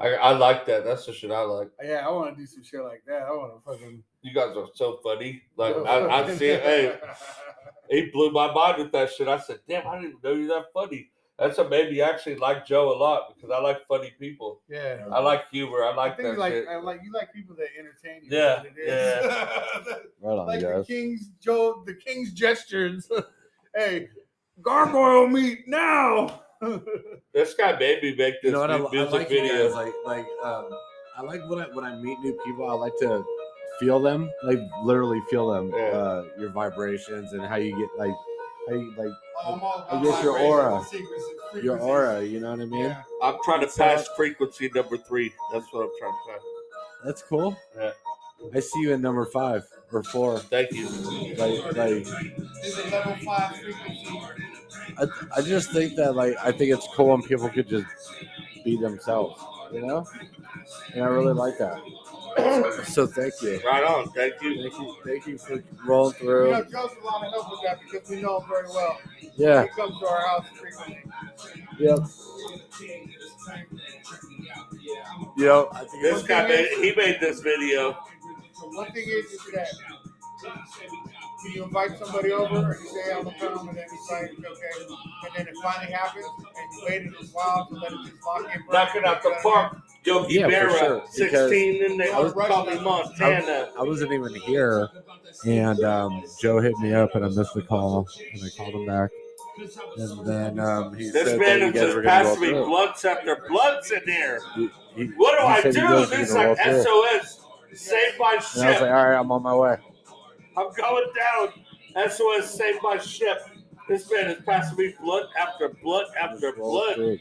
I, I like that. That's the shit I like. Yeah, I want to do some shit like that. I want to fucking. You guys are so funny. Like I, I see it. Hey, he blew my mind with that shit. I said, damn, I didn't know you're that funny. That's what made me actually like Joe a lot because I like funny people. Yeah. I like humor. I I like think that you like shit. I like you like people that entertain you. Yeah, That's what it is. Right on, like the guys. king's Joe, the king's gestures. hey, gargoyle meat now. this guy made me make this You know what? I, mu- I music like you video. guys, like like um, I like when I when I meet new people. I like to feel them, like literally feel them, Yeah. uh, your vibrations and how you get like how you like I'm all- I I'm guess your vibrating aura. with secrets and your frequencies. aura. You know what I mean? Yeah. I'm trying to It's, uh, pass frequency number three. That's what I'm trying to pass. That's cool. Yeah. I see you in number five or four. Thank you. Like like It's a level five frequency. I, I just think that like I think it's cool when people could just be themselves, you know. And I really like that. So thank you. Right on. Thank you. Thank you, thank you for rolling You through. know, Joe's lining up with that because we know him very well. Yeah, He comes to our house frequently. yep, yep. I think This guy made he made this video. So one thing is, is that when you invite somebody over and you say I'm gonna come and then it's like okay, and then it finally happens and you waited a while to let it just lock in. Knocking out the park. Yogi Yeah, for Berra, sure, because- 16 in there. I was- call me Montana. I wasn't even here, and um, Joe hit me up, and I missed the call, and I called him back, and then um, he This said man that you has guys just passed were gonna roll me through. blunts after blunts in there. He- he- What he do said you I do? guys were This is gonna like roll through. SOS. Save my And I was ship. like, all right, I'm on my way. I'm going down. SOS, save my ship. This man is passing me blood after blood after Just roll blood. through.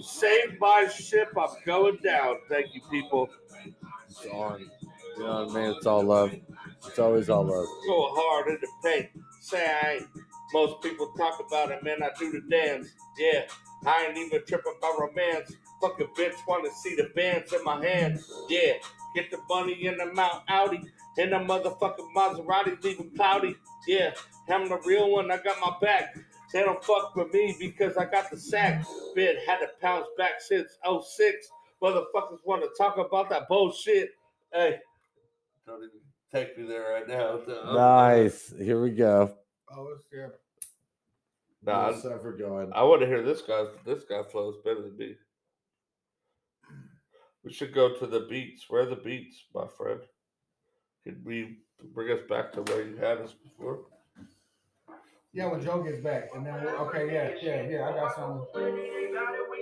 Save my ship. I'm going down. Thank you, people. It's on. You know what I mean? It's all love. It's always all love. Go hard in the paint. Say I ain't. Most people talk about it, man. I do the dance. Yeah, I ain't even tripping about romance. Fucking bitch want to see the bands in my hand. Yeah, get the bunny in the Mount Audi. In the motherfucking Maserati, leaving cloudy. Yeah, I'm the real one. I got my back. They don't fuck with me because I got the sack. Been had to pounce back since 06. Motherfuckers want to talk about that bullshit. Hey, don't even take me there right now. Nice. Here we go. Oh, it's terrible. Nah, I- Yes, I forgot. I want to hear this guy. This guy flows better than me. We should go to the beats. Where are the beats, my friend? Could we bring us back to where you had us before? Yeah, when Joe gets back, and then we'll, okay, yeah, yeah, yeah, I got some.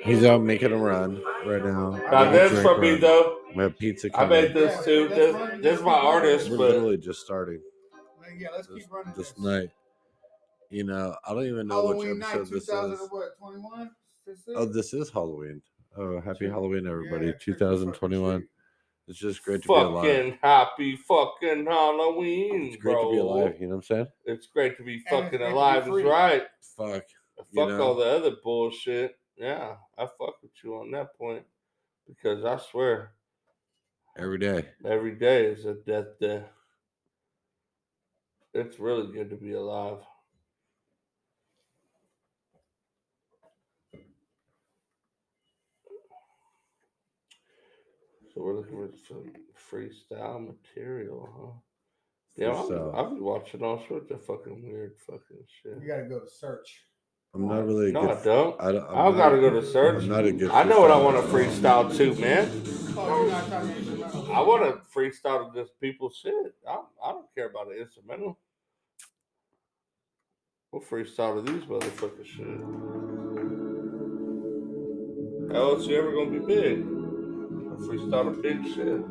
He's out making a run right Now now. We have a this drink for me run. though. We have pizza. I Coming. made this too. This, this is my artist, We're but literally just starting Like, yeah, let's this, keep running this this. night. You know, I don't even know Halloween which night, episode two this thousand is. and what, twenty one? Oh, this is Halloween. Oh, happy Halloween, everybody! Yeah, trick or fucking 2021. treat. It's just great to be alive. fucking happy fucking Halloween, It's great bro. to be alive. You know what I'm saying? It's great to be it's great fucking to be alive. That's free. right. Fuck. Fuck you know? all the other bullshit. Yeah, I fuck with you on that point because I swear Every day. Every day is a death day. It's really good to be alive. So we're looking for some freestyle material, huh? Yeah, I'll be, Freestyle. I'll be watching all sorts of fucking weird fucking You shit. gotta go to search. I'm not really. A Oh, No, good, I don't. I don't. I'm I not- gotta go to I'm search. not a good. I know what I freestyler. want to freestyle to, man. Oh, you're not trying to instrumental. I want to freestyle to just people's shit. I, I don't care about the instrumental. We'll freestyle to these motherfuckers shit. How else you ever gonna be big? I freestyle to big shit.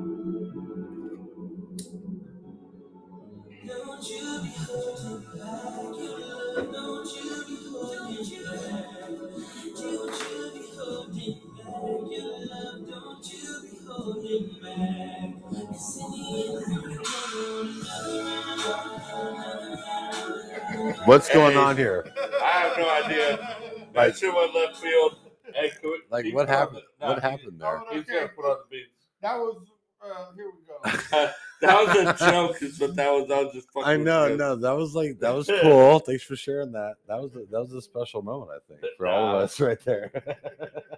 What's going Hey. on here? I have no idea. That shit went left field. Hey, can we- Like, he what put on happened? the- what no, happened there? He's gonna put on the beats. That was uh, here we go. That was a joke, is what that was. I was just fucking. I with know, you. no, that was like that was cool. Thanks for sharing that. That was a, that was a special moment, I think, for all of us right there.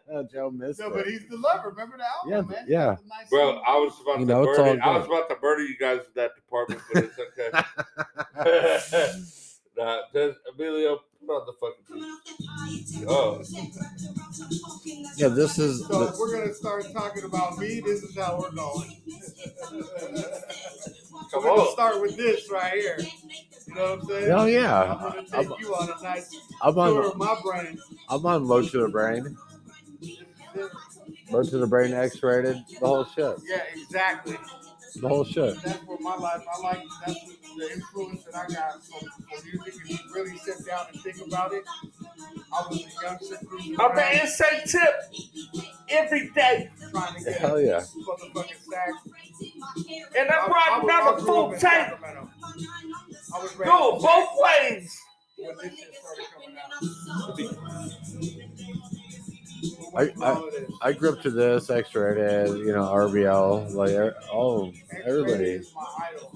Oh, Joe missed No, it. but he's the lover. Remember the album, Yeah, man? yeah. It's a nice Bro, song. I was about You to know, it's all birdie. I good. was about to birdie you guys in that department, but it's okay. nah, there's Emilio motherfucking. Oh. Yeah, this is- So if we're gonna start talking about me. This is how we're going. Come we're gonna on. start with this right here. You know what I'm saying? Hell oh, yeah. I'm gonna take I'm- you on a nice I'm tour on of my brain. I'm on low to the brain. Low to the brain X rated. The whole shit. Yeah, exactly. The whole shit. That's what my life. I like. That's what the influence that I got from, from music. If you really sit down and think about it, I was a youngster cruising Up around, the inside tip every day, trying to get Hell yeah. motherfucking sack. and I- I I brought was- I another grew up full in tank. Sacramento. I was ready. Go both ways. When this shit started coming out. I- I- I grew up to this X rated, you know, RBL, like er- oh X-Rated everybody, is my idol.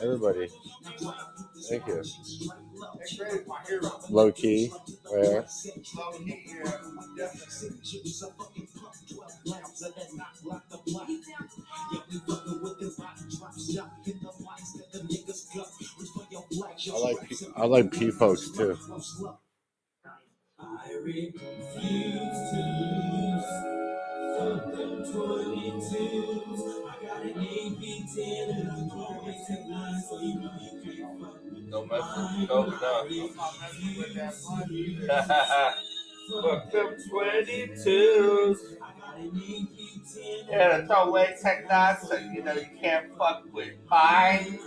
everybody. Thank you. X-Rated is my hero. Low key. Where? Low key, yeah, definitely. I like P- I like P folks too. No messing, no, no. I'm not messing with that one either. Fuck them 22s. Yeah, the throwaway technology, you know, you can't fuck with mine.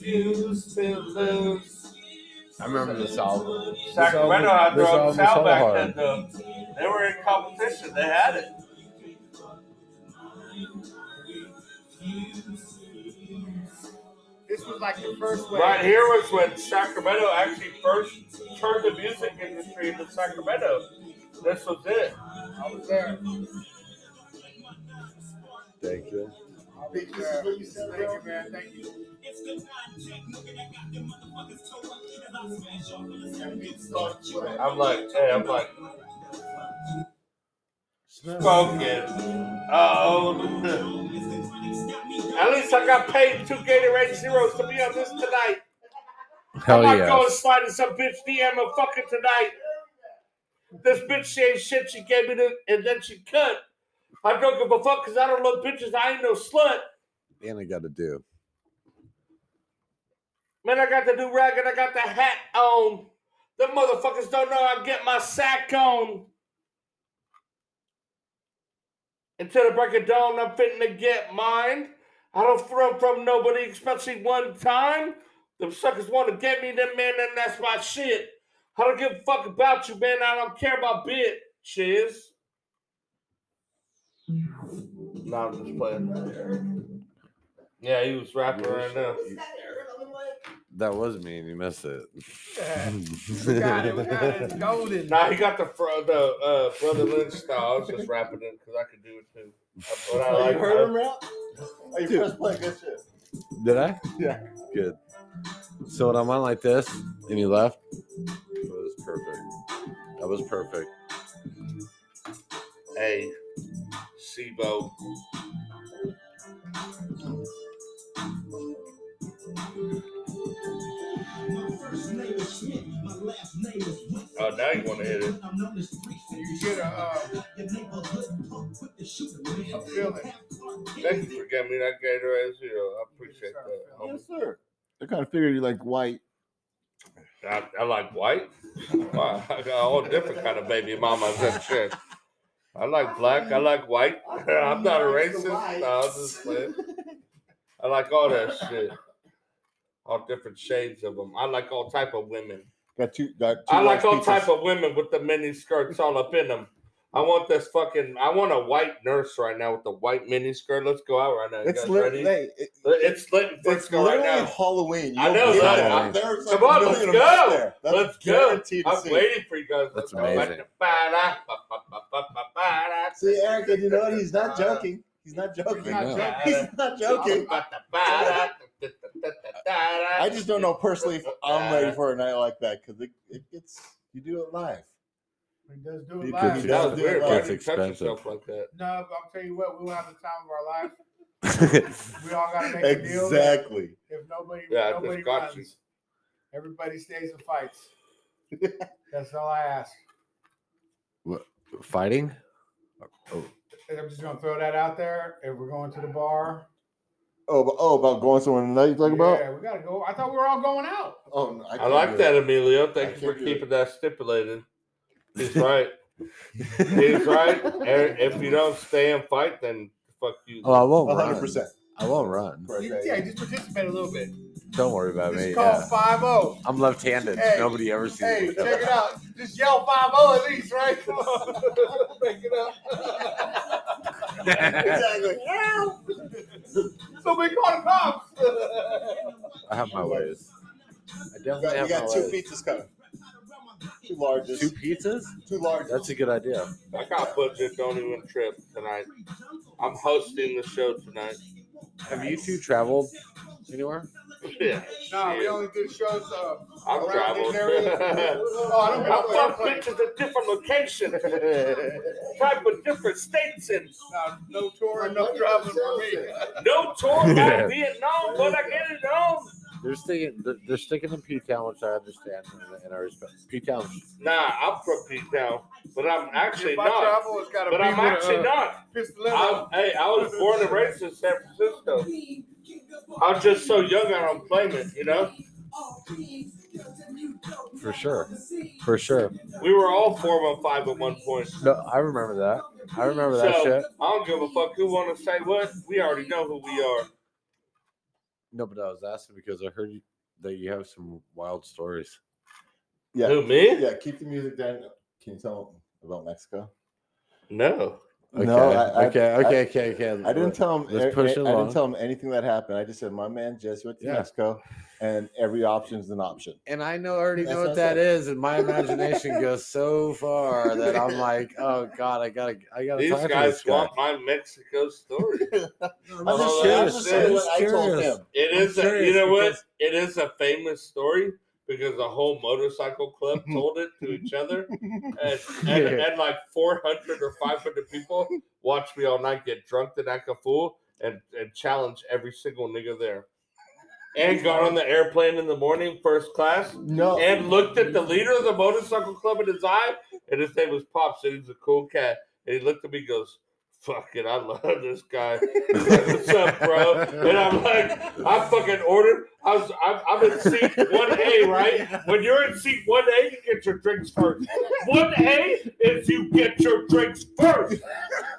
Refuse to lose. I remember this album. This Sacramento had album- this their own album was sound so back hard. then, though. They were in competition, they had it. This was like the first wave. Right here was when Sacramento actually first turned the music industry into Sacramento. This was it. I was there. Thank you. I'll be there. Thank you, man. Thank you. That beat starts with it. I'm like, hey, I'm like, smoking. Oh. At least I got paid two Gatorade Zeros to be on this tonight. Hell I'm not going yes. sliding some bitch DM and fucking tonight. This bitch she ain't shit. She gave me the, and then she cut. I don't give a fuck because I don't love bitches. I ain't no slut. And I got to do. Man, I got the new rag and I got the hat on. The motherfuckers don't know I get my sack on. Until the break of dawn, I'm fitting to get mine. I don't run from nobody, especially one time. Them suckers want to get me, them man, and that's my shit. I don't give a fuck about you, man. I don't care about bitches. No, I'm just playing. Yeah, he was rapping right now. That was me, and you missed it. Yeah. We got it. We got it. It's golden. Nah, he got the fro- the uh, brother Lynch style. I was just rapping it because I could do it too. But I Oh, like you heard him rap? Oh, you Dude. press play, good shit. Did I? Yeah. Good. So when I'm on like this, and you left, that was perfect. That was perfect. Hey, Sibo. Oh, now you want to hit it? You get a, uh, a feeling. Thank you for getting me that Gatorade Zero. I appreciate that. homie. sir. I kind of figured you like white. I, I like white. Wow, I got all different kind of baby mamas and shit. I like black. I like white. I'm not a racist. No, I'm just playing. I like all that shit. All different shades of them. I like all type of women. Got two. Got two I like white all type people. of women with the mini skirts all up in them. I want this fucking. I want a white nurse right now with the white mini skirt. Let's go out right now. You It's guys lit. ready? hey, it- It's lit in it's Oh, Frisco right literally now. Halloween. I don't know, get right? it. I'm- There's Come like on, a let's million of them out go. there. That's Let's go. guaranteed to I'm see. waiting for you guys. That's Let's go. amazing. See, Eric, did you know what? he's not joking. He's not joking. He's not He's joking. not joking. I just don't know personally if I'm ready for a night like that because it, it gets you do it live. He does do it Because live. he That does was do weird. it Why live. did you touch Expensive. yourself like that? No, but I'll tell you what, we won't have the time of our lives. We That's all gotta make a deal. that Exactly. If nobody, Yeah, I if nobody just got runs, you. everybody stays and fights. That's all I ask. fighting. And I'm just gonna throw that out there. If we're going to the bar, Oh, but, oh, about going somewhere tonight. You talking about? yeah, we gotta go. I thought we were all going out. Oh, no, I can't like do that, Emilio. I Thank you for can't do it. keeping that stipulated. He's right. He's right. And if you don't stay and fight, then fuck you. Oh, I won't A hundred run. percent. I won't run. Right, You- right, yeah, right. just participate a little bit. Don't worry about This me. is called yeah. five zero. I'm left-handed. Hey, Nobody ever sees Hey, me. check it out. Just yell 5 0 at least, right? Come on. Pick it up. exactly. Help! Somebody call the cops. I have my ways. I You definitely got, have you got my two ways. pizzas coming. Two largest. Two Two, pizzas? largest. That's a good idea. I got budget. Don't even trip tonight. I'm hosting the show tonight. Have you two traveled anywhere? Yeah. Nah, we Yeah. only do shows uh, I'm around these traveling. areas. oh, I don't give I a fuck. fuck bitches at different locations, type of different states, and Nah, no touring, no traveling for me. no tour by Vietnam, but I get it on. They're sticking. They're, they're sticking in P Town, which I understand and- and I respect. P Town. Nah, I'm from Pete Town, but I'm actually If I not. travel, it's gotta But be I'm with uh, actually a, not. Pistol in I, it. hey, I was born and raised in San Francisco. I was just so young, I don't blame it. You know, For sure. For sure. we were all four and five at one point. No, I remember that. I remember that so shit. I don't give a fuck who want to say what. We already know who we are. No, but I was asking because I heard you, that you have some wild stories. Yeah. Who me? Yeah, keep the music down. Can you tell them about Mexico? No. Okay. No, I- I- okay. I- okay. Okay. Okay. I didn't tell him. Let's I, push it I along. didn't tell him anything that happened. I just said my man just went to Yeah. Mexico, and every option is an option. and I know already That's know what what I that said. is, and my imagination goes so far that I'm like, oh god, I gotta, I gotta These talk to guys this guy. want my Mexico story. I'm I'm just all curious. about I'm this. just I told curious. him. It I'm is. A, you curious know what? because- It is a famous story because the whole motorcycle club told it to each other, and, and, Yeah. and like 400 or 500 people watched me all night get drunk and act a fool and, and challenge every single nigga there. And got on the airplane in the morning, first class, No, and looked at the leader of the motorcycle club in his eye, and his name was Pops, and he's a cool cat. And he looked at me and goes, Fuck it, I love this guy. He's like, What's up, bro? And I'm like, I fucking ordered. I was, I'm, I'm in seat 1A, right? When you're in seat 1A, you get your drinks first. 1A is you get your drinks first.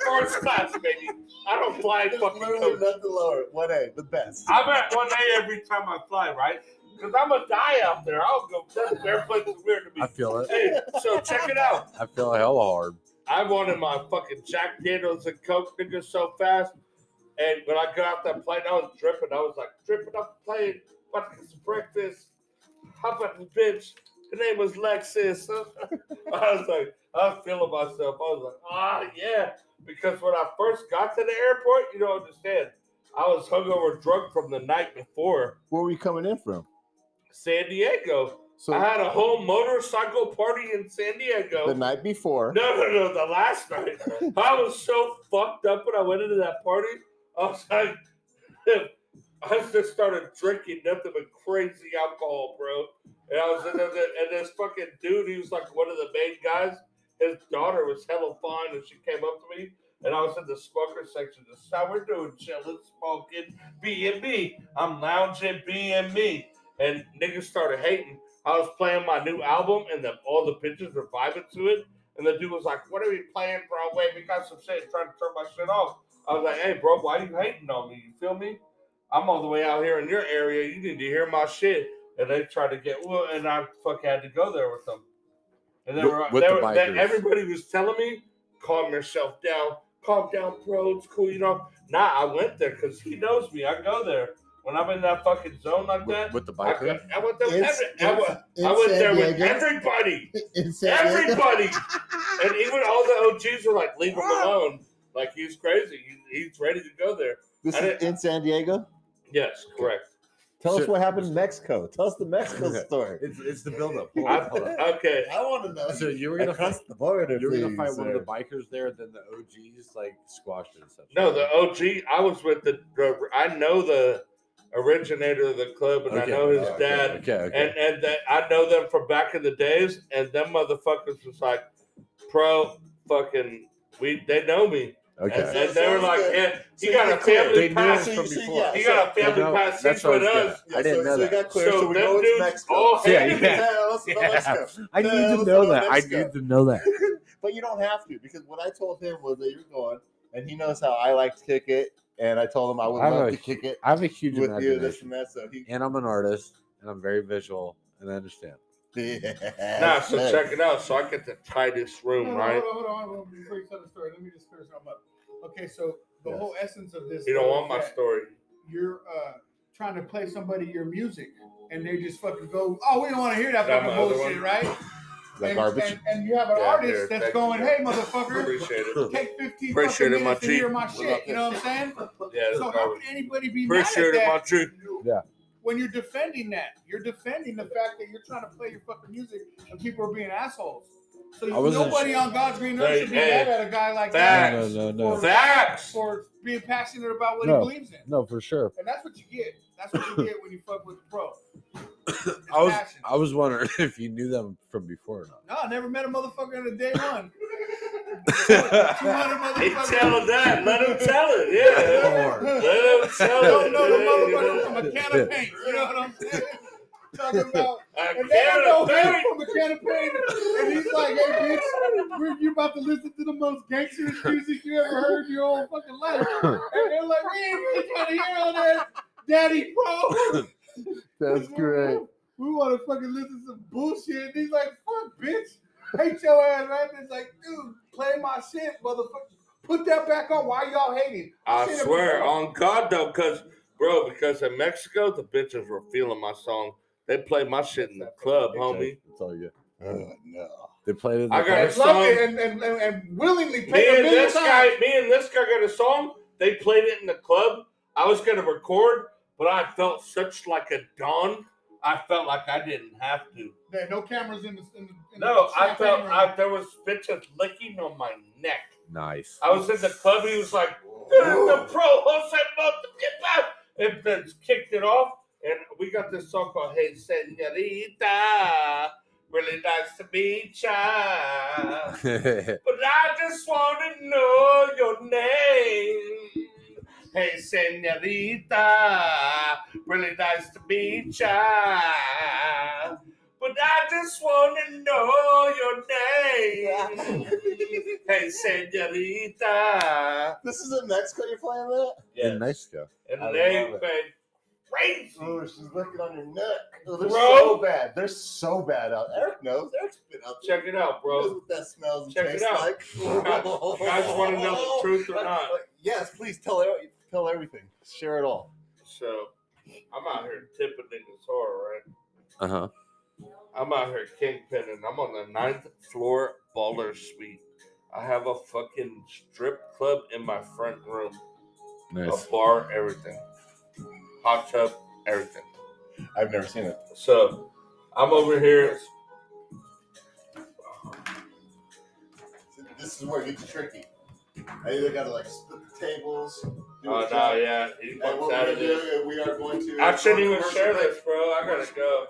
First class, baby. I don't fly there's fucking literally coach. nothing lower. One A, the best. I'm at one A every time I fly, right? Because I'm gonna die out there. I'll go. That airplane's weird to I me. feel it. Hey, so check it out. I feel hella hard. I wanted my fucking Jack Daniels and Coke nigga so fast. And when I got off that plane, I was dripping. I was like dripping off the plane, about to get some breakfast. How about this bitch? Her name was Lexus. I was like, I was feeling myself. I was like, ah, yeah. Because when I first got to the airport, you don't understand. I was hungover drunk from the night before. Where were you coming in from? San Diego. So I had a whole motorcycle party in San Diego. the night before. No, no, no. The last night, I was so fucked up when I went into that party. I was like, I just started drinking nothing but crazy alcohol, bro. And I was in there, and this fucking dude, he was like one of the main guys. His daughter was hella fine, and she came up to me, and I was in the smoker section. This is how we're doing, chilling, smoking, B and B. I'm lounging, B and B, and niggas started hating. I was playing my new album, and the, all the bitches were vibing to it. And the dude was like, What are we playing, bro? Wait, we got some shit trying to turn my shit off. I was like, Hey, bro, why you hating on me? You feel me? I'm all the way out here in your area. You need to hear my shit. And they tried to get, well, and I fuck had to go there with them. And they With- were, with they the were- they- bikers. everybody was telling me, Calm yourself down. Calm down, bro. It's cool, you know. Nah, I went there because he knows me. I go there. When I'm in that fucking zone like With, that, with the I, biker? I went there with, It's- every, I went, in I went San there with Diego. everybody. In San Diego. Everybody, and even all the OGs were like, "Leave him alone! Like he's crazy. He, he's ready to go there." This I is didn't- in San Diego. Yes, correct. Tell us Sure. what happened in Mexico. Tell us the Mexico Okay. story. It's it's the buildup. Hold I- on, hold on. okay. I want to know. So you were gonna Across fight, the border, you were gonna please, fight one of the sir. bikers there, then the OGs like squashed it and such. No, the OG. I was with the. the- I know the originator of the club, and I know his okay, dad. Okay, okay. and and that I know them from back in the days, and them motherfuckers was like pro fucking. We they know me, okay. and, and they were like, yeah, you So got you a clear- family They knew pass. him So from you see, before. yeah. You got a I family know, pass that's seats what I with was us. gonna- I didn't so, know So we that. got clear. So, So we them know it's dudes Mexico. all Yeah, hated yeah. me. Tell us about Yeah. Mexico. I need Tell to us know about that. I Mexico. need to know that. But you don't have to because what I told him was that you're going, and he knows how I like to kick it, and I told him I would I love know. to kick it I have a huge with you, this imagination, and that. So he, and I'm an artist, and I'm very visual, and I understand. yeah, Nah, so check it out. So I get the tightest room, Hold on, right? Hold on, hold on, hold on. Before you tell the story, let me just clear something up. Okay, so the Yes. whole essence of this. You don't though, want is my that story. You're uh, trying to play somebody your music, and they just fucking go, "Oh, we don't want to hear that Got fucking my other bullshit," one? right? Like and, garbage. And, and you have an Yeah, artist here, that's thank going, you. "Hey, motherfucker, Appreciate it. take 15 Appreciate fucking it, my minutes to hear G. my What shit." about You know what I'm saying? Yeah, it's so how garbage. could anybody be appreciate it, mad at my that? G. When you're defending that, you're defending the fact that you're trying to play your fucking music and people are being assholes. So I wasn't nobody on God's green earth Hey, should be hey, mad at a guy like that Facts. no, no. Facts. for being passionate about what No. he believes in. no, for sure. And that's what you get. That's what you get when you fuck with the pro. It's I was passion. I was wondering if you knew them from before or not. No, I never met a motherfucker in a day one. 200 He motherfuckers. tell him that. Let him tell it. Yeah. Let him tell Don't it. know the Yeah, you motherfucker know. from a can of paint. You know what I'm saying? Talking about, I and they don't know can't afford him from a can of paint. And he's like, hey, bitch, we're- you about to listen to the most gangsterous music you ever heard in your whole fucking life. And they're like, we ain't really trying to hear all that, daddy pro. That's We- great. We, want to fucking listen to some bullshit. And he's like, fuck, bitch. Hate your ass, right? And it's like, dude, play my shit, motherfucker. Put that back on. Why y'all hating? I seen it swear before. on God though, because bro, because in Mexico the bitches were feeling my song. They played my shit in the club, homie. It's all good. Oh, no. They played it. in I the got bar. it. And love it and, and, and, and willingly Me pay a and million this times. guy, me and this guy got a song. They played it in the club. I was gonna record, but I felt such like a don. I felt like I didn't have to. Yeah, no cameras in the. In the in No, the I felt champagne I, room. there was bitches licking on my neck. Nice. I was in the club. He was like, "This is the pro Jose Montemayor," and then kicked it off. And we got this song called "Hey Senorita." Really nice to meet ya, but I just want to know your name. Hey Senorita, really nice to meet ya, but I just want to know your name. Hey, senorita. This is in Mexico you're playing that? In Mexico. And I they love it. went crazy. Oh, she's looking on your neck. Oh, they're Bro. so bad. They're so bad out. Eric knows. Eric's been out there. Check it out, He knows bro. what that smells and Check it tastes out. like. You guys, you guys want to know the truth or not? Yes, please tell every- tell everything. Share it all. So, I'm out here tipping niggas hard, right? Uh huh. I'm out here kingpinning. I'm on the ninth floor baller suite. I have a fucking strip club in my front room, Nice. a bar, everything, hot tub, everything. I've never seen it. So, I'm over here. This is where it gets tricky. I either gotta like split the tables. do Oh a no, job, yeah, he And wants what out we're of this. doing, we are going to. I shouldn't even commercial share break. this, bro. I gotta go.